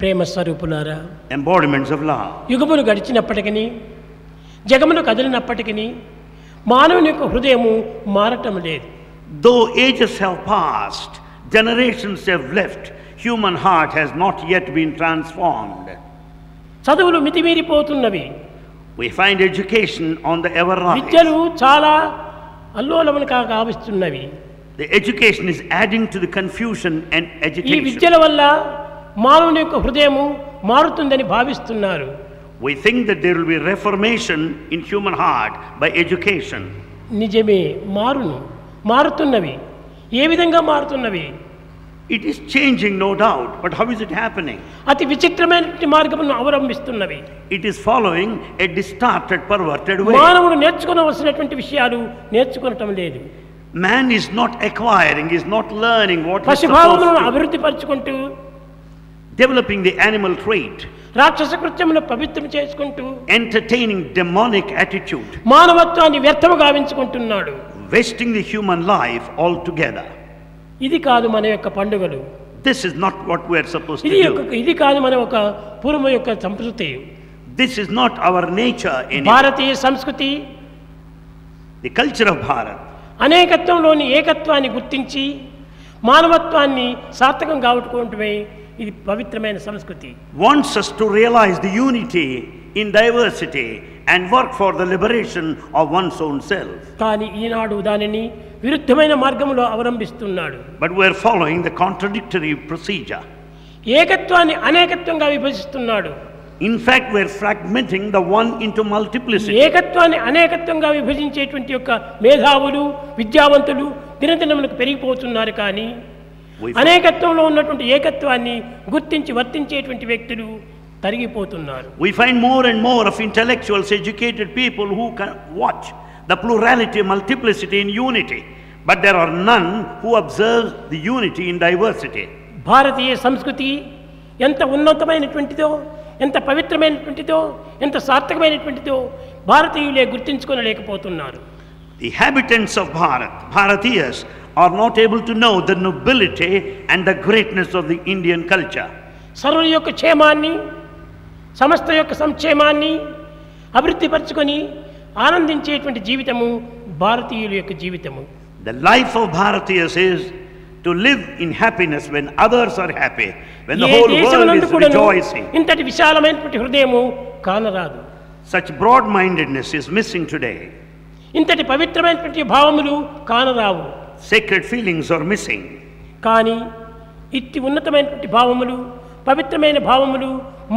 ప్రేమ స్వరూపులారా embodiments of love. యుగములు గడిచినప్పటికీ జగములు కదిలినప్పటికీ మానవుని యొక్క హృదయము మారటం లేదు Though ages have passed, generations have left, human heart has not yet been transformed. చదువులు మితిమీరిపోతున్నవి We find education on the ever rise. విద్యలు చాలా అల్లోలములు కా- కావిస్తున్నవి The education is adding to the confusion and ఈ agitation. విద్యల వల్ల మానవుని యొక్క హృదయము మారుతుందని భావిస్తున్నారు We think that there will be reformation in human heart by education. నిజమే మారును మారుతున్నవి ఏ విధంగా మారుతున్నవి It is changing, no doubt, but how is it happening? అతి విచిత్రమైన మార్గమును అవలంబిస్తున్నవి It is following a distorted, perverted way. మానవుడు నేర్చుకోనవలసినటువంటి విషయాలు నేర్చుకోవటం లేదు Man is not acquiring, is not learning what he's supposed పశుభావములను to. అభివృద్ధి పరుచుకుంటూ Developing the animal trait, రాక్షస కృత్యములను పవిత్రం చేసుకుంటూ entertaining demonic attitude, మానవత్వాన్ని వ్యర్థము గావించుకుంటున్నాడు wasting the human life altogether. ఇది కాదు మన యొక్క పండుగలు This is not what we are supposed to ఇది యొక్క do. ఇది కాదు మన ఒక పూర్వం యొక్క సంస్కృతి This is not our nature anymore. భారతీయ సంస్కృతి The culture of Bharat అనేకత్వంలోని ఏకత్వాన్ని గుర్తించి మానవత్వాన్ని సార్థకం కావటమే ఇది పవిత్రమైన సంస్కృతి wants us to realize the unity in diversity and work for the liberation of one's own self. కానీ ఈనాడు దానిని విరుద్ధమైన మార్గంలో అవలంబిస్తున్నాడు But we're following the contradictory procedure. ఏకత్వాన్ని అనేకత్వంగా విభజిస్తున్నాడు In fact, we're fragmenting the one into multiplicity. ఏకత్వాన్ని అనేకత్వంగా విభజించేటువంటి యొక్క మేధావులు విద్యావంతులు దినదినములకు పెరిగిపోతున్నారు కానీ We- అనేకత్వంలో ఉన్నటువంటి ఏకత్వాన్ని గుర్తించి వర్తించేటువంటి వ్యక్తులు తరిగిపోతున్నారు We find more and more of intellectuals, educated people who can watch the plurality, multiplicity in unity. But there are none who observe the unity in diversity. భారతీయ సంస్కృతి ఎంత ఉన్నతమైనటువంటిదో ఎంత పవిత్రమైనటువంటిదో ఎంత సార్థకమైనటువంటిదో భారతీయులే గుర్తించుకోలేకపోతున్నారు The habitants of Bharat, Bharatiyas, are not able to know the nobility and the greatness of the Indian culture. సర్వుల యొక్క క్షేమాన్ని సమస్త యొక్క సంక్షేమాన్ని అభివృద్ధిపరచుకొని ఆనందించేటువంటి జీవితము భారతీయుల యొక్క జీవితము The life of Bharatiyas is to live in happiness when others are happy, when the A whole world దేశమునందు is కూడాను rejoicing. ఇంతటి విశాలమైనటువంటి హృదయము కానరాదు Such broad mindedness is missing today. ఇంతటి పవిత్రమైనటువంటి భావములు కానరావు Sacred feelings are missing. కానీ ఇట్టి ఉన్నతమైనటువంటి భావములు పవిత్రమైన భావములు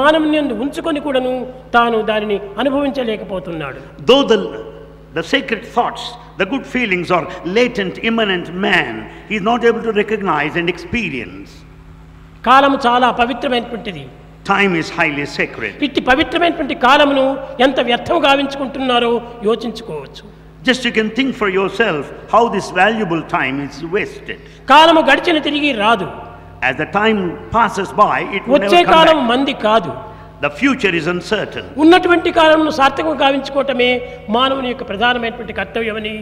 మానవుని యందు ఉంచుకొని కూడాను తాను దానిని అనుభవించలేకపోతున్నాడు Though the, the sacred thoughts, the good feelings are latent, immanent man, he is not able to recognize and experience. కాలము చాలా పవిత్రమైనటువంటిది Time is highly sacred. ఇట్టి పవిత్రమైనటువంటి కాలమును ఎంత వ్యర్థం గావించుకుంటున్నారో యోచించుకోవచ్చు Just you can think for yourself how this valuable time is wasted. కాలము గడిచిన తిరిగి రాదు As the time passes by, it will వచ్చే never come కాలం back. మంది కాదు The future is uncertain. ఉన్నటువంటి కాలంను సార్థకం గావించుకోవటమే మానవుని యొక్క ప్రధానమైనటువంటి కర్తవ్యమని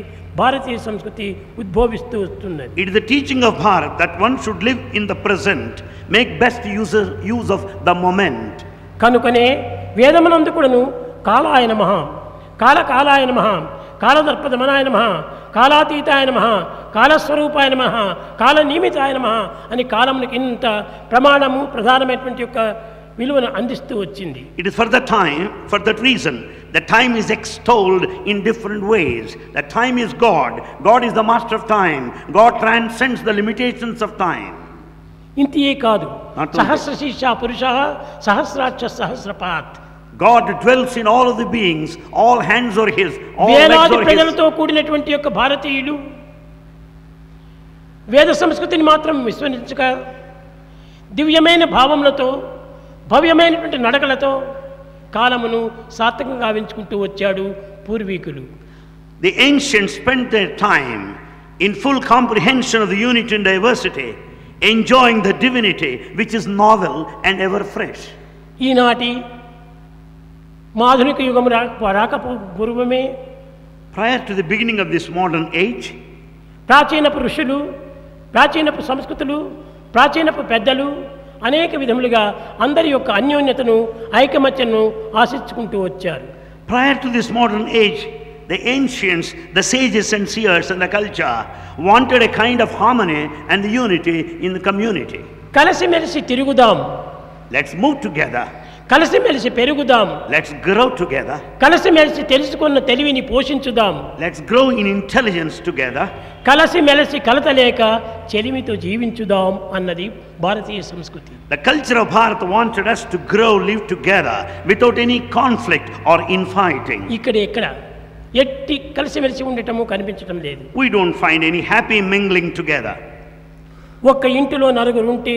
భారతీయ సంస్కృతి ఉద్భవిస్తూ వస్తున్నది It is the teaching of Bharat that one should live in the present, make best use, use of the moment. కనుకనే వేదమునందు కూడాను కాలాయ నమ కాల కాలాయ నమ కాలదర్పదమనాయ నమ కాలాతీతాయ నమ కాలస్వరూపాయ నమ కాల నియమితాయ నమ అని కాలమునికి ఇంత ప్రమాణము ప్రధానమైనటువంటి యొక్క విలువను అందిస్తూ వచ్చింది It is for the time, for that reason, that time is extolled in different ways. That time is God. God is the master of time. God transcends the limitations of time. ఇంతియే కాదు Not only. సహస్ర శీర్ష పురుష సహస్రాక్ష సహస్రపాత్ God dwells in all of the beings. All hands are His. All legs వేలాది are His. ప్రజలతో కూడినటువంటి యొక్క భారతీయులు వేద సంస్కృతిని మాత్రం విస్మరించక దివ్యమైన భావములతో భవ్యమైనటువంటి నడకలతో కాలమును సార్థకంగా గావించుకుంటూ వచ్చాడు పూర్వీకులు The ancients spent their time in full comprehension of the unity and diversity, enjoying the divinity which is novel and ever fresh. ఈనాటి మాధునిక యుగం రా రాకపో పూర్వమే Prior to the beginning of this modern age, ప్రాచీనపు ఋషులు ప్రాచీనపు సంస్కృతులు ప్రాచీనపు పెద్దలు అనేక విధములుగా అందరి యొక్క అన్యోన్యతను ఐకమత్యను ఆశించుకుంటూ వచ్చారు Prior to this modern age, the ancients, the sages and seers and the culture wanted a kind of harmony and unity in the community. కలిసిమెలిసి తిరుగుదాం Let's move together. కలిసిమెలిసి పెరుగుదాం Let's grow together. కలిసిమెలిసి తెలుసుకున్న తెలివిని పోషించుదాం Let's grow in intelligence together. కలిసిమెలిసి కలతలేక చెలిమితో జీవించుదాం అన్నది భారతీయ సంస్కృతి The culture of Bharat wanted us to grow, live together without any conflict or infighting. ఇక్కడ ఎక్కడ ఎట్టి కలిసిమెలిసి ఉండటము కనిపించటం లేదు We don't find any happy mingling together. ఒక్క ఇంటిలో నలుగురు ఉంటే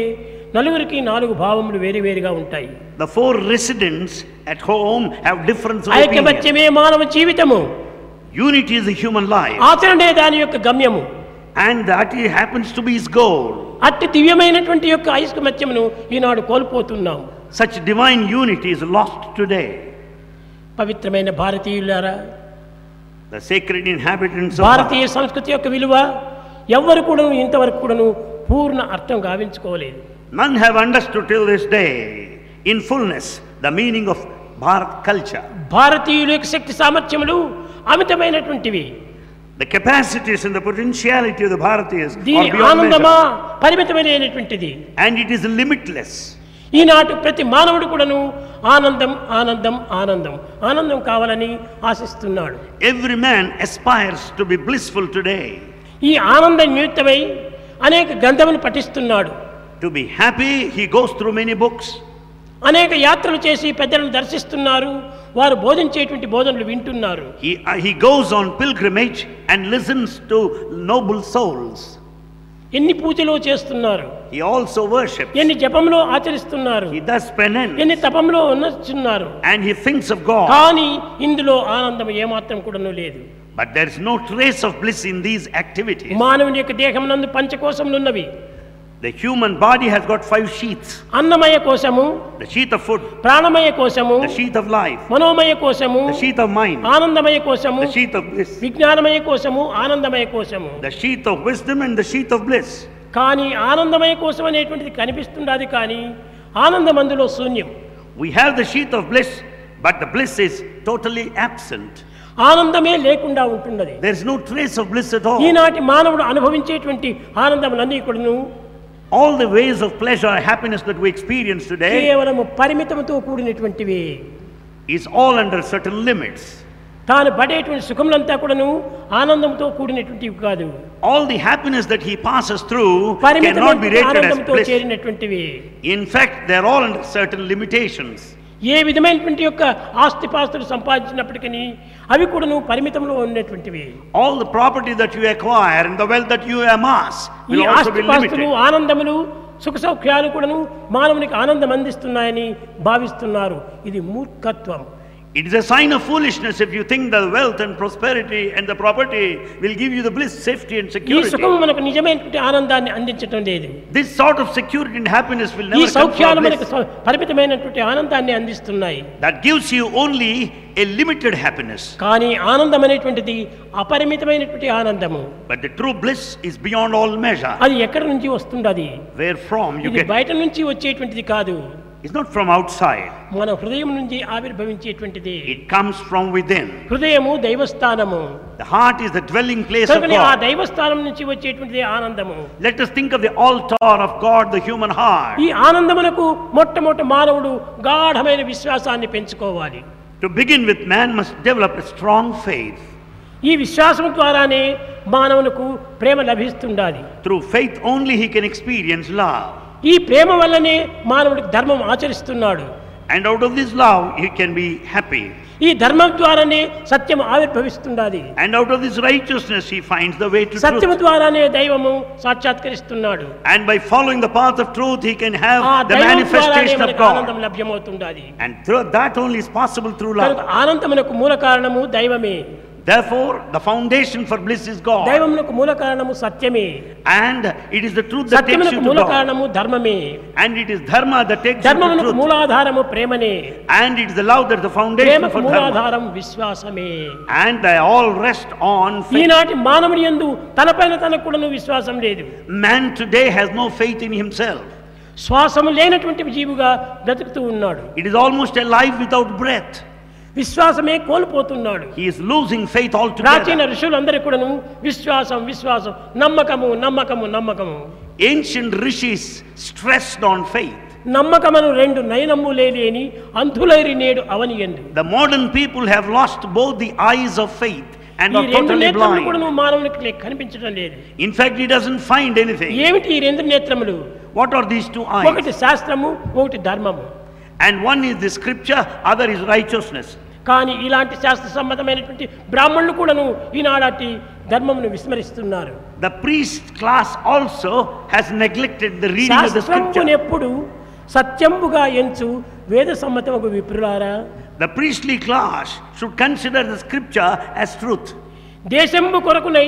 నలుగురికి నాలుగు భావములు వేరువేరుగా ఉంటాయి The four residents at home have different opinions. ఐక్యమత్యమే మానవ జీవితము Unity is the human life. ఆచరణే దాని యొక్క గమ్యము And that it happens to be his goal. అట్టి దివ్యమైనటువంటి యొక్క ఐకమత్యమును ఈనాడు కోల్పోతున్నాం Such divine unity is lost today. పవిత్రమైన భారతీయులారా The sacred inhabitants of Bharatiya Bharat, సంస్కృతి యొక్క విలువ ఎవ్వరు కూడాను ఇంతవరకు కూడాను పూర్ణ అర్థం గావించుకోలేదు none have understood till this day in fullness the meaning of Bharat culture. భారతీయుల యొక్క శక్తి సామర్థ్యములు అమితమైనటువంటివి The capacities and the potentiality of the Bharatiyas are దీని beyond ఆనందమా measure. పరిమితమైనటువంటిది And it is limitless. ఈనాటి ప్రతి మానవుడు కూడాను ఆనందం ఆనందం ఆనందం ఆనందం కావాలని ఆశిస్తున్నాడు Every man aspires to be blissful today, ఈ ఆనందం నిమిత్తమై అనేక గ్రంథములు పఠిస్తున్నాడు to be happy. He goes through many books. అనేక యాత్రలు చేసి పెద్దలను దర్శిస్తున్నారు వారు బోధించేటువంటి బోధనలు వింటున్నారు He, uh, he goes on pilgrimage and listens to noble souls. ఎన్ని పూజలు చేస్తున్నారు He also worships. ఎన్ని జపంలో ఆచరిస్తున్నారు He does penance. ఎన్ని తపంలో ఉన్నచున్నారు And he thinks of God. కానీ ఇందులో ఆనందం ఏమాత్రం కూడాను లేదు But there is no trace of bliss in these activities. మానవుని యొక్క దేహం నందు పంచకోశములున్నవి The human body has got five sheaths అన్నమయ కోశము the sheath of food, ప్రాణమయ కోశము the sheath of life, మనోమయ కోశము the sheath of mind, ఆనందమయ కోశము the sheath of bliss, విజ్ఞానమయ కోశము ఆనందమయ కోశము the sheath of wisdom, and the sheath of bliss. కానీ ఆనందమయ కోసం అనేటువంటిది కనిపిస్తుండదు కానీ ఆనందం అందులో శూన్యం We have the sheath of bliss, but the bliss is totally absent. ఆనందమే లేకుండా ఉంటున్నది There is no trace of bliss at all. ఈనాటి మానవుడు అనుభవించేటువంటి ఆనందములన్నీ కూడాను All the ways of pleasure and happiness that we experience today కేవలము పరిమితముతో కూడినటువంటివి is all under certain limits. తాను పడేటువంటి సుఖములంతా కూడాను ఆనందంతో కూడినటువంటివి కాదు All the happiness that he passes through cannot పరిమితమైన be rated as ఆనందంతో bliss. చేరినటువంటివి In fact, they're all under certain limitations. ఏ విధమైనటువంటి యొక్క ఆస్తిపాస్తులు సంపాదించినప్పటికీ అవి కూడాను పరిమితంలో ఉన్నటువంటివి All the property that you acquire and the wealth that you amass ఈ will also be ఆస్తిపాస్తులు limited. ఆనందములు సుఖ సౌఖ్యాలు కూడాను మానవునికి ఆనందం అందిస్తున్నాయని భావిస్తున్నారు ఇది మూర్ఖత్వం It is a sign of foolishness if you think that wealth and prosperity and the property will give you the bliss, safety, and ఈ security. సుఖం మనకు నిజమైనటువంటి ఆనందాన్ని అందించడం లేదు This sort of security and happiness will ఈ never come సౌఖ్యాలు from మనకు bliss. స- పరిమితమైనటువంటి ఆనందాన్ని అందిస్తున్నాయి That gives you only a limited happiness. కానీ ఆనందం అనేటువంటిది అపరిమితమైనటువంటి ఆనందము But the true bliss is beyond all measure. అది ఎక్కడి నుంచి వస్తుంది అది Wherefrom you ఇది get బయట నుంచి వచ్చేటువంటిది కాదు it's not from outside. మన హృదయం నుంచి ఆవిర్భవించేటువంటిది It comes from within. హృదయము దైవస్థానము The heart is the dwelling place of కనుకనే ఆ God. దైవస్థానం నుంచి వచ్చేటువంటిది ఆనందము Let us think of the altar of God, the human heart. ఈ ఆనందమునకు మొట్టమొదటి మానవుడు గాఢమైన విశ్వాసాన్ని పెంచుకోవాలి To begin with, man must develop a strong faith. ఈ విశ్వాసం ద్వారానే మానవునకు ప్రేమ లభిస్తుండాలి Through faith only he can experience love. ఈ ప్రేమ వల్లనే మానవుడికి ధర్మం ఆచరిస్తున్నాడు And out of this love he can be happy. ఈ ధర్మం ద్వారానే సత్యం ఆవిర్భవిస్తుండాలి And out of this righteousness he finds the way to సత్యము truth. ద్వారానే దైవము సాక్షాత్కరిస్తున్నాడు And by following the path of truth, he can ఆ have the దైవం ద్వారానే manifestation of మనకు ఆనందం God. లభ్యమవుతుండాలి And through that only is possible through కనుక love. ఆనందమునకు మూల కారణము దైవమే Therefore, the foundation for bliss is God. దైవమునకు మూల కారణము సత్యమే And it is the truth that takes you సత్యమునకు to మూల God. కారణము ధర్మమే And it is dharma that takes you to ధర్మమునకు truth. మూలాధారము ప్రేమనే And it is the love that is the foundation ప్రేమకు for dharma. మూలాధారం విశ్వాసమే And they all rest on faith. ఈనాటి మానవుని యందు తనపైన తనకు కూడాను విశ్వాసం లేదు Man today has no faith in himself. శ్వాసము లేనటువంటి జీవుగా బ్రతుకుతూ ఉన్నాడు It is almost a life without breath. విశ్వాసమే కోల్పోతున్నాడు He is losing faith ప్రాచీన altogether. ఋషులందరి కూడాను విశ్వాసం విశ్వాసం నమ్మకము నమ్మకము నమ్మకము Ancient rishis stressed on faith. నమ్మకమను రెండు నయనమ్ములే లేని అంధులైరి నేడు అవని ఎందు The modern people have lost both the eyes of faith and ఈ are రెండు totally నేత్రములు blind. కూడా మానవునికి లే- కనిపించడం లేదు In fact, he doesn't find anything. ఏమిటి ఈ రెండు నేత్రములు What are these two eyes? ఒకటి శాస్త్రము ఒకటి ధర్మము And one is the scripture, other is righteousness. కానీ ఇలాంటి శాస్త్ర సంబంధమైనటువంటి బ్రాహ్మణులు కూడాను ఈనాటి ధర్మమును విస్మరిస్తున్నారు The priest class also has neglected the reading of the శాస్త్రమును scripture. ఎప్పుడు సత్యంబుగా ఎంచు వేద సమ్మతముకు విప్రులారా The priestly class should consider the scripture as truth. దేశంబు కొరకునై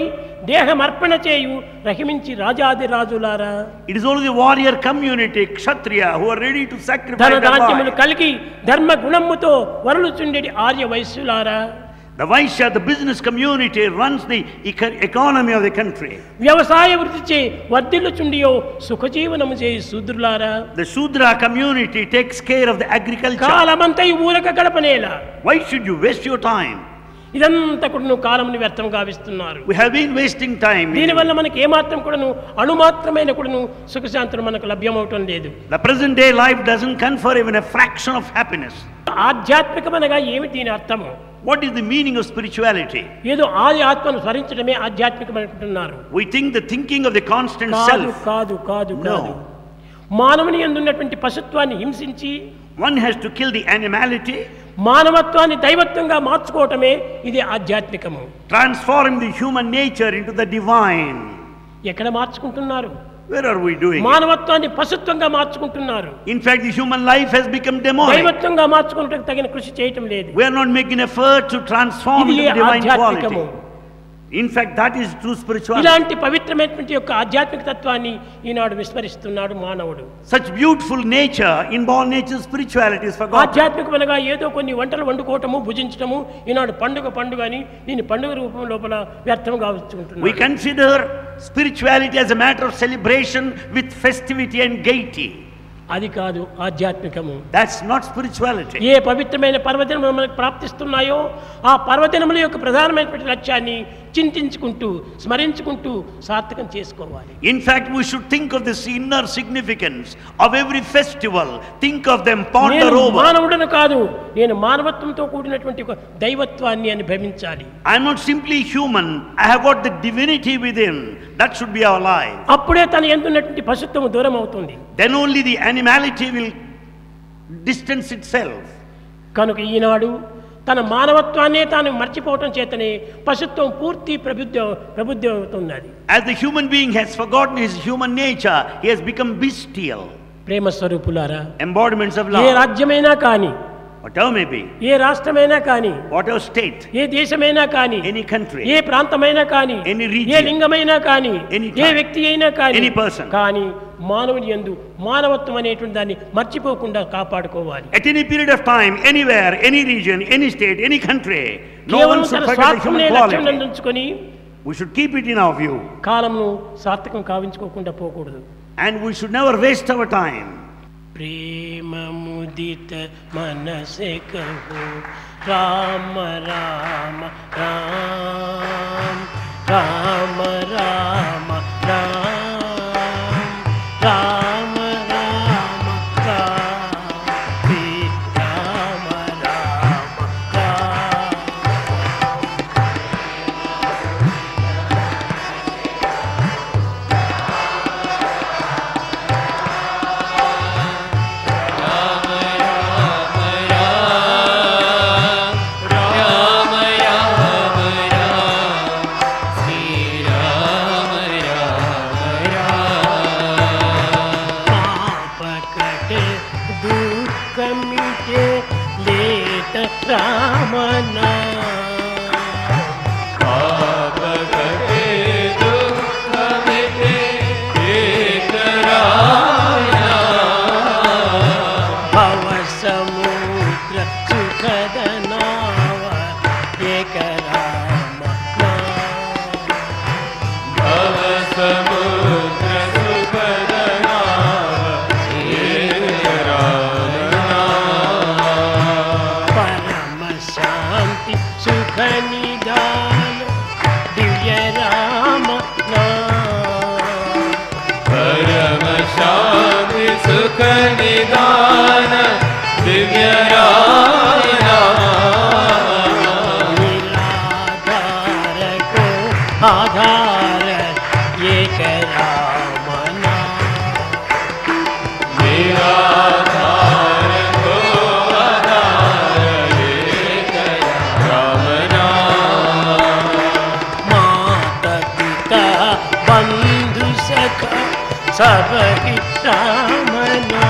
దేహమర్పణ చేయు రహిమించి రాజాదిరాజులారా It is only the warrior community, Kshatriya, who are ready to ధన sacrifice their ధాన్యములు life. కలిగి ధర్మ గుణముతో వరలుచుండెడి Arya వైశ్యులారా The Vaishya, the business community, runs the eco- economy of the country. వ్యవసాయ వృత్తిచే వర్ధిల్లుచుండియో సుఖజీవనము చేయి శూద్రులారా The Shudra community takes care of the agriculture. కాలమంతై ఊరక గడపనేల Why should you waste your time? ఇదంతా కూడాను కాలముని వ్యర్థం గావిస్తున్నారు We have been wasting time. దీనివల్ల మనకి ఏమాత్రం కూడాను అణుమాత్రమైన కూడాను సుఖశాంతులు మనకు లభ్యమవటం లేదు The present day life doesn't confer even a fraction of happiness. ఆధ్యాత్మికమనగా ఏమిటి దీని అర్థము What is the meaning of spirituality? ఏదో ఆది ఆత్మను స్మరించడమే ఆధ్యాత్మికం అనుకుంటున్నారు We think the thinking of the constant కాదు self. కాదు కాదు No. కాదు మానవుని ఎందున్నటువంటి పశుత్వాన్ని హింసించి One has to kill the animality, మానవత్వాన్ని దైవత్వంగా మార్చుకోవటమే ఇది ఆధ్యాత్మికము transform the human nature into the divine. ఎక్కడ మార్చుకుంటున్నారు Where are we doing? it? మానవత్వాన్ని పశుత్వంగా మార్చుకుంటున్నారు In fact, the human life has become demonic. దైవత్వంగా మార్చుకున్నట్టు తగిన కృషి చేయటం లేదు We are not making effort to transform ఇది into divine ఆధ్యాత్మికము quality. In fact, that is true spirituality. ఇలాంటి పవిత్రమైనటువంటి యొక్క ఆధ్యాత్మిక తత్వాన్ని ఈనాడు విస్మరిస్తున్నాడు మానవుడు Such beautiful nature, inborn nature, spirituality is forgotten. ఆధ్యాత్మికమనగా ఏదో కొన్ని వంటలు వండుకోవటము భుజించటము ఈనాడు పండుగ పండుగ అని దీని పండుగ రూపం లోపల వ్యర్థం We కావచ్చుకుంటున్నాడు consider spirituality as a matter of celebration with festivity and gaiety. అది కాదు ఆధ్యాత్మికము That's not spirituality. ఏ పవిత్రమైన పర్వదినములు మనకు ప్రాప్తిస్తున్నాయో ఆ పర్వదినముల యొక్క ప్రధానమైనటువంటి లక్ష్యాన్ని చింతించుకుంటూ స్మరించుకుంటూ సార్థకం చేసుకోవాలి In fact, we should think of this inner significance of every festival. Think of them, ponder నేను over. మానవుడను కాదు నేను మానవత్వంతో కూడినటువంటి ఒక దైవత్వాన్ని అని భవించాలి I'm not simply human, I have got the divinity within. That should be our life. అప్పుడే తన ఎందున్నటువంటి పశుత్వం దూరం అవుతుంది Then only the animality will distance itself. కనుక ఈనాడు తన మానవత్వాన్నే తాను మర్చిపోవటం చేతనే పశుత్వం పూర్తి ప్రబుద్ధ ప్రబుద్ధి అవుతున్నది As the human being has forgotten his human nature, he has become bestial, ప్రేమ స్వరూపులారా embodiments of ఏ love, రాజ్యమైనా కానీ whatever may be, ఏ రాష్ట్రమైనా కానీ whatever state, ఏ దేశమైనా కానీ any ఏ country. ప్రాంతమైనా కానీ Any region. ఏ లింగమైనా కానీ Any ఏ time. వ్యక్తి అయినా కానీ Any person. కానీ మానవుని యందు మానవత్వం అనేటువంటి దాన్ని మర్చిపోకుండా కాపాడుకోవాలి At any period of time, anywhere, any region, any state, any country, no కేవలం one should తన forget the స్వార్థంనే human లక్ష్యం quality. నందుంచుకొని We should keep it in our view కాలంను సార్థకం కావించుకోకుండా పోకూడదు and we should never waste our time. प्रेम मुदित मन से कहो राम राम राम राम राम राम राम राम राम हे राम राम राम पाप कटे दुख मिटे लेत राम नाम भव समुद्र सुखद नाव एक राम नाम సముద్ర సుఖదనా निदान दिव्यरायणा लीलाधार को आधार एक राम नाम निराधार को आधार एक राम नाम मात पिता बंधु सखा सब ही राम नाम